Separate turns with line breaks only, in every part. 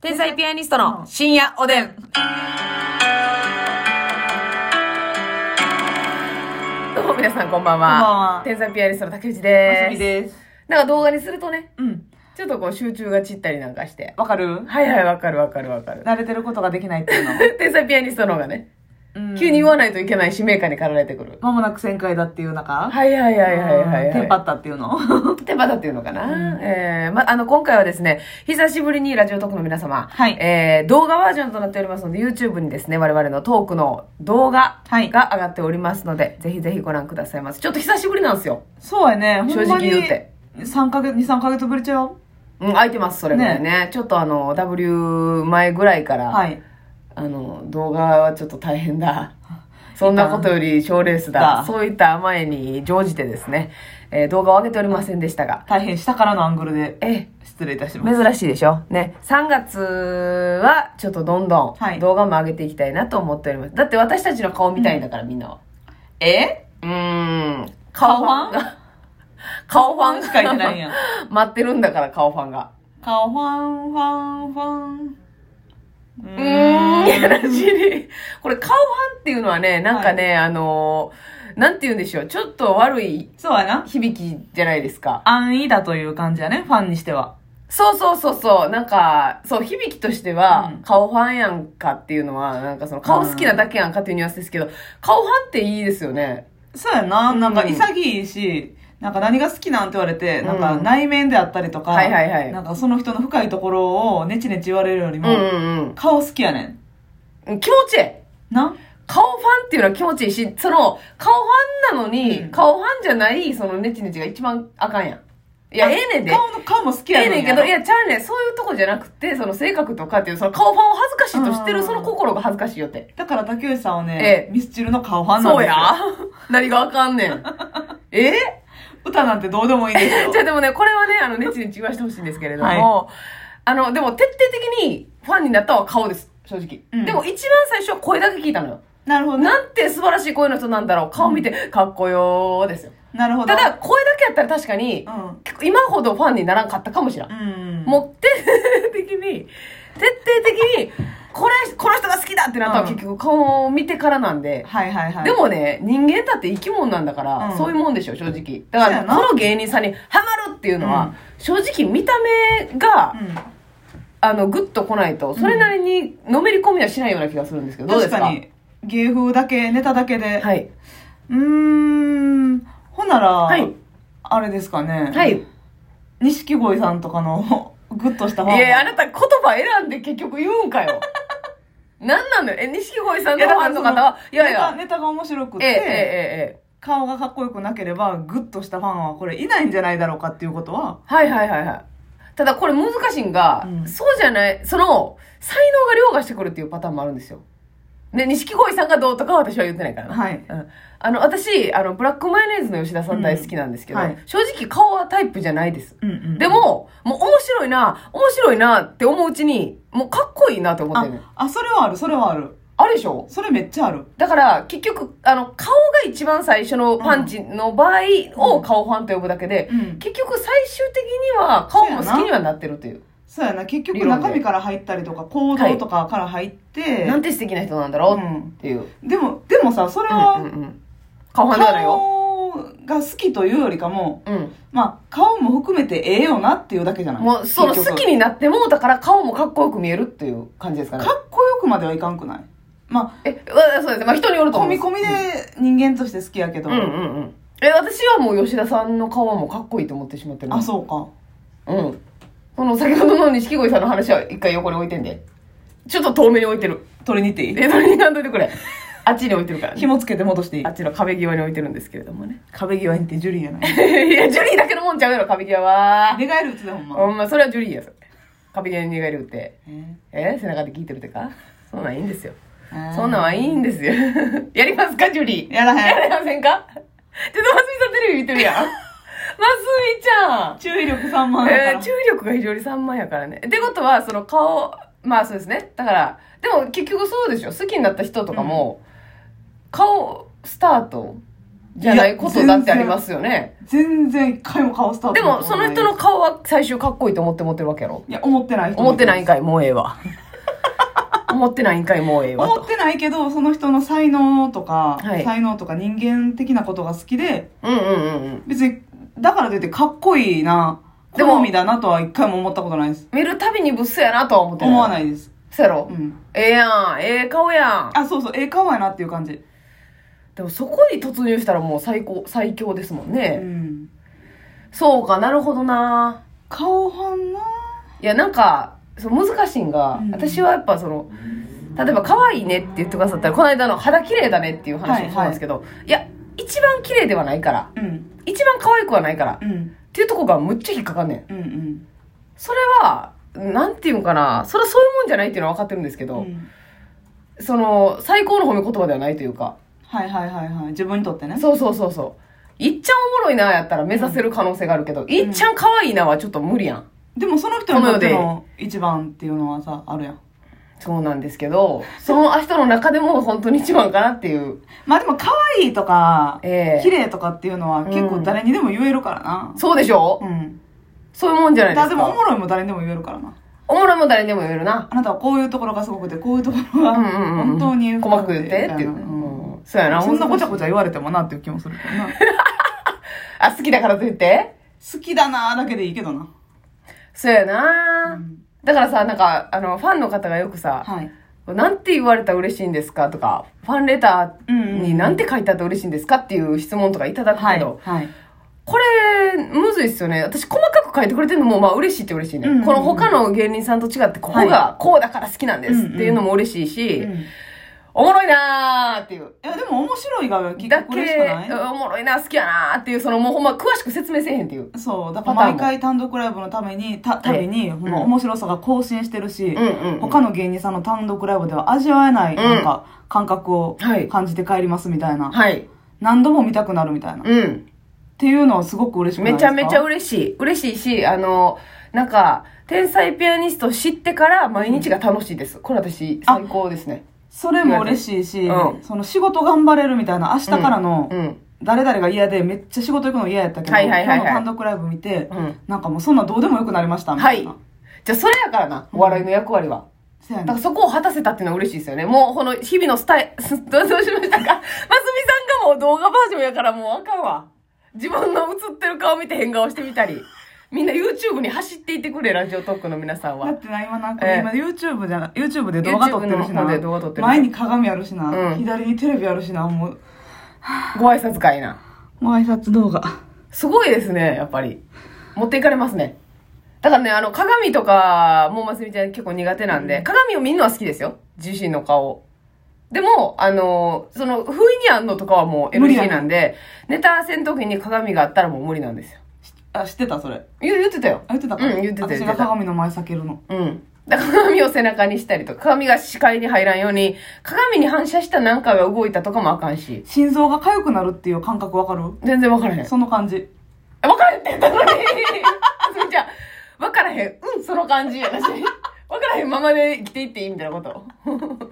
天才ピアニストの深夜おでん。どうも皆さんこんば
こんばん
んは。
は
天才ピアニストの竹内で。
ますすみです。
なんか動画にするとね、
うん。
ちょっとこう集中が散ったりなんかして。
わかる
はいはい、わかるわかるわかる。
慣れてることができないっていうの。
天才ピアニストの方がね、
うん
急に言わないといけない使命感に駆られてくる。
まもなく旋回だっていう中。
はいはいはいはいはい、はい。
テンパったっていうの。
手羽だっていうのかな、えーま、あの、今回はですね、久しぶりにラジオトークの皆様、
はい
えー動画バージョンとなっておりますので、YouTube にですね、我々のトークの動画が
は
上
い
がっておりますので、ぜひぜひご覧くださいませ。ちょっと久しぶりなんですよ。
そうやね。ほんまに
正直言うて。
3ヶ月、2、3ヶ月ぶりちゃう
うん、空いてます、それぐらいね。ちょっとあの、W 前ぐらいから、
はい。
あの、動画はちょっと大 変だ。そんなことより賞レースだ
だ。
そういった前に乗じてですね、えー動画を上げておりませんでしたが、
大変下からのアングルで。
えー
失礼いたします。
珍しいでしょね。3月はちょっとどんど
は
ん
い
動画も上げていきたいなと思っております。だって私たちの顔見たいんだから、みんなは。
え
うーん。
顔ファ
ン顔ファン
しか言ってない やん。
待ってるんだから、顔ファンが。
顔ファン、ファン、ファン。う
うーん、やらし い。これ、顔ファンっていうのはね、なんかね、あのーなんて言うんでしょう。ちょっと悪い
そうやな。
響きじゃないですか。
安易だという感じやね。ファンにしては。
そうそうそうそう。なんか、そう、響きとしては、
うん
顔ファンやんかっていうのは、なんかその、顔好きなだけやんかっていうニュアンスですけど、顔ファンっていいですよね。
そうやな。なんか
うん
潔いし、なんか何が好きなんて言われて、なんか
うん
内面であったりとか、
はいはいはい
なんかその人の深いところをネチネチ言われるより
う
も、
んうん
顔好きやね
うん。気持ちいい。
ん。な
顔ファンっていうのは気持ちいいし、その、顔ファンなのに、
うん
顔ファンじゃない、そのネチネチが一番あかんやん。いや、
あ
ええねんで。
顔の顔も好き
え
やね
え
んや。
ねんけど、いや、ちゃうねん。そういうとこじゃなくて、その性格とかっていう、その顔ファンを恥ずかしいとしてる、
うん
その心が恥ずかしいよって。
だから竹内さんはね、
ええ
ミスチルの顔ファンなん
そう
ですよ。
や何があかんねん。 ええ
歌なんてどうでもいいんですよ
じゃ。あでもね、これはね、あの、ネチネチ言わしてほしいんですけれども、あの、でも徹底的にファンになったのは顔です、正直。
うん
でも一番最初は声だけ聞いたのよ。
なるほどね。
なんて素晴らしい声の人なんだろう。顔見て、かっこよーですよ。
なるほど。
ただ、声だけやったら確かに、今ほどファンにならんかったかもしれん。
うん。うん。
もう徹底的に、徹底的に、これ、この人が好きだってなったのは
うん
結局顔を見てからなんで、
はいはいはい。
で、もね、人間だって生き物なんだから、
うん
そういうもんでしょ、正直。
う
だか
や
ら、
な
この芸人さんにハマるっていうのは、
うん
正直見た目が、
うん。
あの、グッと来ないと、それなりにのめり込みはしないような気がするんですけど、どうで
確
すか
かに、芸風だけ、ネタだけで。
はい。
うーん。ほんなら、
はい。
あれですかね。
はい。い
錦鯉さんとかの グッとしたファンは
や、あなた言葉選んで結局言うんか よ。なんなのよ。え、錦鯉さん
い
の
や
フ
だ
ァ
か
ン
らそ
の方は、いやい
ネタ
や、
ネタが面白くて、
ええ、ええ、ええ。
顔がかっこよくなければグッとしたファンはこれいないんじゃないだろうかっていうことは
はいはいはいはい。ただこれ難しいんが、
うん
そうじゃない、その、才能が凌駕してくるっていうパターンもあるんですよ。ね、錦鯉さんがどうとかは私は言ってないからな。
はい
うん、あの、私、あの、ブラックマヨネーズの吉田さん大好きなんですけど、
うんはい
正直顔はタイプじゃないです。
うんうん
でも、もう面白いな、面白いなって思ううちに、もうかっこいいなって思って
あ
るのよ。
あそれはあるそれはある
あるでしょ
それめっちゃある
だから、結局、あの、顔が一番最初のパンチの場合を顔ファンと呼ぶだけで、
うん
結局最終的には顔も好きにはなってるという。
そうやな結局
理論で
中身から入ったりとか行動とかから入って、
なんて素敵な人なんだろうっていう。
でもでもさそれは、
うんうんうん顔ファンではないよ。
顔が好きというよりかも
うん。
まあ顔も含めてええよなっていうだけじゃない
もう、その
結
好
局
きになってもうたから顔もかっこよく見えるっていう感じですかね
か。っこよくまではいかんくないまあ
え、わそうですね。まあ人によると思
込
う。
み込みで人間として好きやけど、
うんうんうん。え、私はもう吉田さんの顔はもうかっこいいと思ってしまってる。
あそうか
う。うん。その先ほどの錦鯉さんの話は一回横に置いてんで。ちょっと遠目に置いてる。
取りに行っていい
え、それになんといてくれ。あっちに置いてるからね。
紐つけて戻していい
あっちの壁際に置いてるんですけれどもね。
壁際にってジュリーやない
や、ジュリーだけのもんちゃうやろ、壁際は。
寝返るうつでほ んま、
ほんま、それはジュリーや、それ。壁際に寝返り打って。
え
え背中で聞いてるってかそんなんいいんですよ。
ー
そんなんはいいんですよ。 やりますか、ジュリー。
やら
や
へん
れませんかちょっと、ますみさんテレビ見てるやん。ますみちゃん。
注意力散漫だから、。
えー注意力が非常に散漫やからね。ってことは、その顔、まあそうですね。だから、でも結局そうでしょ。好きになった人とかも、顔、スタートじゃないことだってありますすよね。
全然一回も顔スタート
でも、その人の。顔は最終かっこいいと思って持ってるわけやろ。
いや、思ってない人も
思ってないんかい、もうえ えわ。思ってないんかい、もうええわ
思
と
っ。てないけど、その人の才能とか、
はい
才能とか人間的なことが好きで、
うんうんうんうん。
別に、だからといってかっこいいな、
でも
好みだなとは一回も思ったことないです。
見るたびにブスやなとは思って。
思わないいです。
そうやろ、
うん。
ええやん。ええ顔やん。
あ、そうそう、ええ顔やなっていう感じ。
でもそこに突入したらもう最高、最強ですもん
う
ね。
ん。
そうか、なるほどな。
顔はんない
や、なんか、その難しいんが、
うん
私はやっぱその、例えば可愛いねって言ってくださったら、この間の肌綺麗だねっていう話をしたんですけど、いや、一番綺麗ではないから、
うん。
一番可愛くはないから、っ
うん。
ていうとこがむっちゃ引っかかんねん。
うん。うん。
それは、なんていうんかな、それはそういうもんじゃないっていうのは分かってるんですけ
う
ど、
ん
その、最高の褒め言葉ではないというか、
はいはいはいはい。自分にとってね。
そうそうそうそう。いっちゃんおもろいなやったら目指せる可能性があるけど、いっちゃん可愛いなはちょっと無理やん。
でもその人にとって
この
の一番っていうのはさ、あるやん。
そうなんですけど、その人の中でも本当に一番かなっていう。
まあでも可愛いとか、
ええ
綺麗とかっていうのは結構誰にでも言えるからな。
そうでしょ、う
うん。
そういうもんじゃないで
だ
すか。
でもおもろいも誰にでも言えるからな。
おもろいも誰にでも言えるな。
あなたはこういうところがすごくて、こういうところが
うんうんうん。
本当に
細かく言ってっていう。
うん
うんそうや な。
そんなごちゃ
こ
ごちゃ言われてもなっていう気もするけどな。
あ、好きだからと言って
好きだなーだけでいいけどな。
そうやな、
うん
だからさ、なんか、あの、ファンの方がよくさ、
はい。
なんて言われたら嬉しいんですかとか、ファンレタ
う
ー
んう
に
ん
なんて書いてあって嬉しいんですかっていう質問とかいただく
は
け
い。
ど、
はい。
これ、むずいっすよね。私、細かく書いてくれてるのも、まあ、嬉しいって嬉しいね。
うんうんうん
この他の芸人さんと違って、ここが、こうだから好きなんですっていうのも嬉しいし、
うんい
おもろいなーっていう。
や、でも面白いが結
だ
局嬉しく
け、
な
おもろいな、好きやなーっていう、その、もうほんま、詳しく説明せえへんっていう。
いそう。だか
パター
ら
ン
毎
も
回単独ライブのために、た、たびに、ほんま
うん
面白さが更新してるし、
うんうんうん
他の芸人さんの単独ライブでは味わえない、
うん
なんか、感覚を
はい
感じて帰りますみたいな。
はい。
何度も見たくなるみたいな。っ
うん。
ていうのはすごく嬉しくないで
め
す
ち
か
ゃめちゃ嬉しい。嬉しいし、あの、なんか、天才ピアニスト知ってから毎日が楽しいです。これ私、
あ
最高ですね。
それも嬉しいし、
うん
その仕事頑張れるみたいな、明日からの
う、ん。
誰々が嫌で、めっちゃ仕事行くの嫌やったけど、
はいはいはいはい
今日の単独ライブ見て、
うん
なんかもうそんなんどうでもよくなりましたみ
は
たい
い
な。。
じゃあ、それやからな、お笑いの役割は。
せや
だか
ね
らそこを果たせたっていうのは嬉しいですよね。もう、この日々のスタイ、 どうどうしましたかますみさんがもう動画バージョンやからもうあかんわ。自分の映ってる顔見て変顔してみたり。みんな YouTube に走っていってくれ、ラジオトークの皆さん
だ
は
っ。てな、今なんか、
ええ
今 YouTube じゃな、YouTube で動画撮ってるし
YouTube の方で
な。
動画撮ってる
前に鏡あるしな、
うん
左にテレビあるしな、もう、
ご挨拶会な。
もう挨拶動画。
すごいですね、やっぱり。持っていかれますね。だからね、あの、鏡とか、もうますみちゃん結構苦手なんで、鏡を見るのは好きですよ。自身の顔を。でも、あの、その、不意にあんのとかはもう
無理や
NG
ね
なんで、ネタせん時に鏡があったらもう無理なんですよ。
あ、知ってたそれ。
言う言ってたよ
あ。言ってたか
うん言ってた言って
私
た
が鏡の前避けるの。
うん。だから鏡を背中にしたりとか、鏡が視界に入らんように、鏡に反射した何かが動いたとかもあかんし。
心臓が痒くなるっていう感覚わかる
全然わからへん。
その感じ。
え分からへんって言ったのに。 すみちゃん、分からへん。うん、その感じ。私。分からへんままで生きていっていいみたいなこと。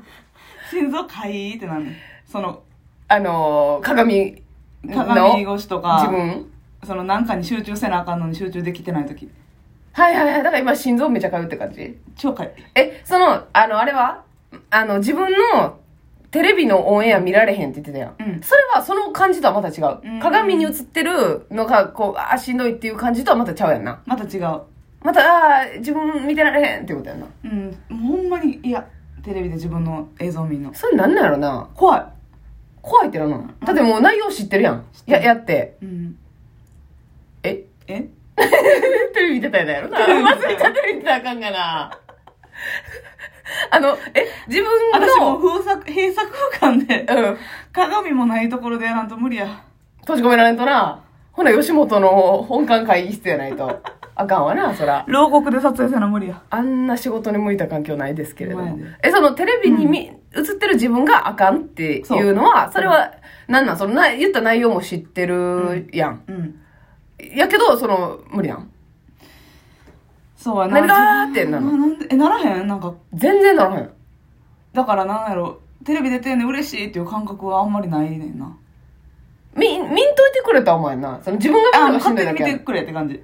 心臓かいーってなるその、
あのー、鏡の
鏡越しとか、
自分。
そのなんかに集中せなあかんのに集中できてない時。
はいはいはい。だから今心臓めちゃ通うって感じ。
超かい。
え、その、あの、あれはあの、自分のテレビのオンエア見られへんって言ってたやん。
うん
それはその感じとはまた違う。
うん
鏡に映ってるのが、こう、あーしんどいっていう感じとはまたちゃうやんな。
また違う。
また、あー自分見てられへんってことやんな。
うん。もうほんまに、いや、テレビで自分の映像見んの。
それなんなんやろな。
怖い。
怖いってなのだってもう内容知ってるやん。
知ってる
や、やって。
うん。
え
え
テレビ見てたやろ
テ
な。
レビ見
ま
てた
ずみちゃんテレビ見てたらあかんがな。あの、え、自分
私も
の、
う封鎖、閉鎖空間で、
うん、
鏡もないところでやらんと無理や。
閉じ込められんとな。ほな、吉本の本館会議室やないと。あかんわな、そら。
牢獄で撮影せな無理や。
あんな仕事に向いた環境ないですけれども
ほんまや。
え、そのテレビにみ、映ってる自分があかんっていうのは、それは、なんなんそのな、言った内容も知ってるやん。
うん。
やけど、その、無理やん。
そうや
何がーってなる
あ
の
んでえ、ならへんなんか、
全然ならへん。
だからなんやろ、テレビ出てんね嬉しいっていう感覚はあんまりないねんな。
み、見んといてくれたお前な。その自分が見
あ
るのがしん
勝
ど
手
いだ
に見
けや
て
ろ。
くれって感じ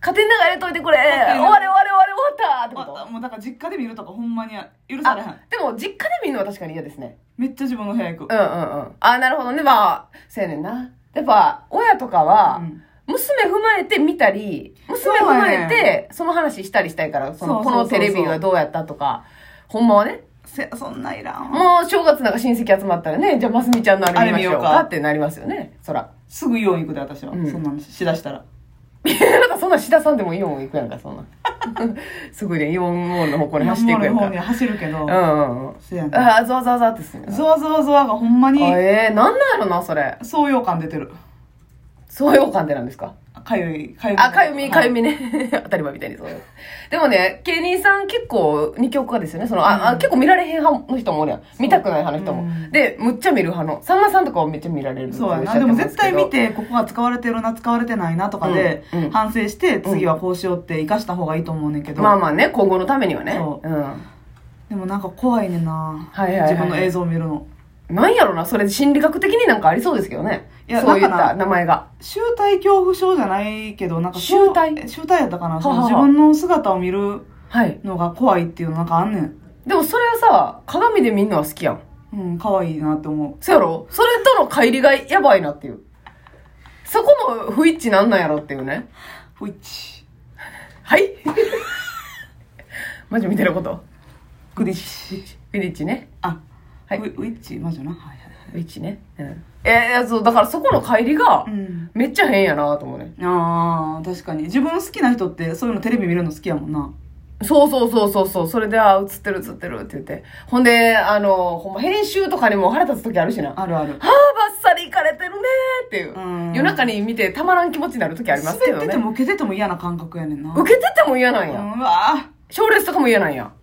勝手に流れといてくれ終
勝手に
われ
流れ
終われ終われ終わったってこと
あもうだから実家で見るとかほんまに許されへん
あ、でも実家で見るのは確かに嫌ですね。
めっちゃ自分の部屋行く
うんうんうん。あ、なるほどね。まあ、そうやねんな。やっぱ、親とかは
う、ん
娘踏まえて見たり、娘踏まえ
そうや
て、その話したりしたいから、その、
そうそうそうそう
このテレビはどうやったとか、ほんまはね。
せそんないらん
もう正月なんか親戚集まったらね、じゃあますみちゃんのあれ見ましょ
あれ見
う
よう
か
か
ってなりますよね、そら。
すぐイオン行くで私は、
うん
そんなのしだしたら
い やなんかそんな志田さんでもイオン行くやんか、そんな。 すぐね、イオンモールの方向に走っていくやん
山
か。
の方には走るけど、
うんうんうん。
せやな
ああ、ざわざわざってする
ゾワゾワゾワがほんまに
あええなんなんやろな、それ。
創用感出てる
そういう感ってなんですか
かゆいかゆい
あ、かゆみ、かゆ
み
みね。 当たり前みたいにそうよ。でもね、芸人さん結構二極化ですよね。その、あ、あ結構見られへん派の人もおるやん。見たくない派の人も。
うん
で、むっちゃ見る派の。さんまさんとかはめっちゃ見られる
そうや
おっし
な
ゃ
で
って
も
ます
絶
け
対
ど
見てここが使われてるな使われてないなとかで、
うんうん
反省して次はこうしようって生かした方がいいと思うねんけど、
まあまあね、今後のためにはね。
そう
う
でもなんか怖いねんな、
はいはいはい
自分の映像を見るの
ん。なんやろな、それ心理学的になんかありそうですけどね。
いや
そういっ
なんかな
た名前が。
集体恐怖症じゃないけどなんか
集体
え集体やったかなその
ははは
自分の姿を見る
はい。
のが怖いっていうのなんかあんねん
でもそれはさ、鏡で見んのは好きやん。
うん可愛いなって思う
そうやろそれとの乖離がやばいなっていう。そこの不一致なんなんやろっていうね。
ほいっち
はい マジみたいなこと
グディッシ
ウィリッチね。
あ
はい
ウィウィッチ魔女なはいはい
ウィリッチね。うん。えー、そう、だからそこの帰りが
う、ん
めっちゃ変やなと思うね。
あー確かに自分好きな人ってそういうのテレビ見るの好きやもんな
そうそうそうそうそう。それで、あー、映ってる映ってるって言って。ほんで、あの、ほんま編集とかにも腹立つ時あるしな。はあ、
あるある
バッサリいかれてるねーっていう。
うん
夜中に見てたまらん気持ちになる時ありますけど
滑って
ね
て。も受けてても嫌な感覚やねんな
受けてても嫌なん
う
や。
んうわ
賞レースとかも嫌なんや。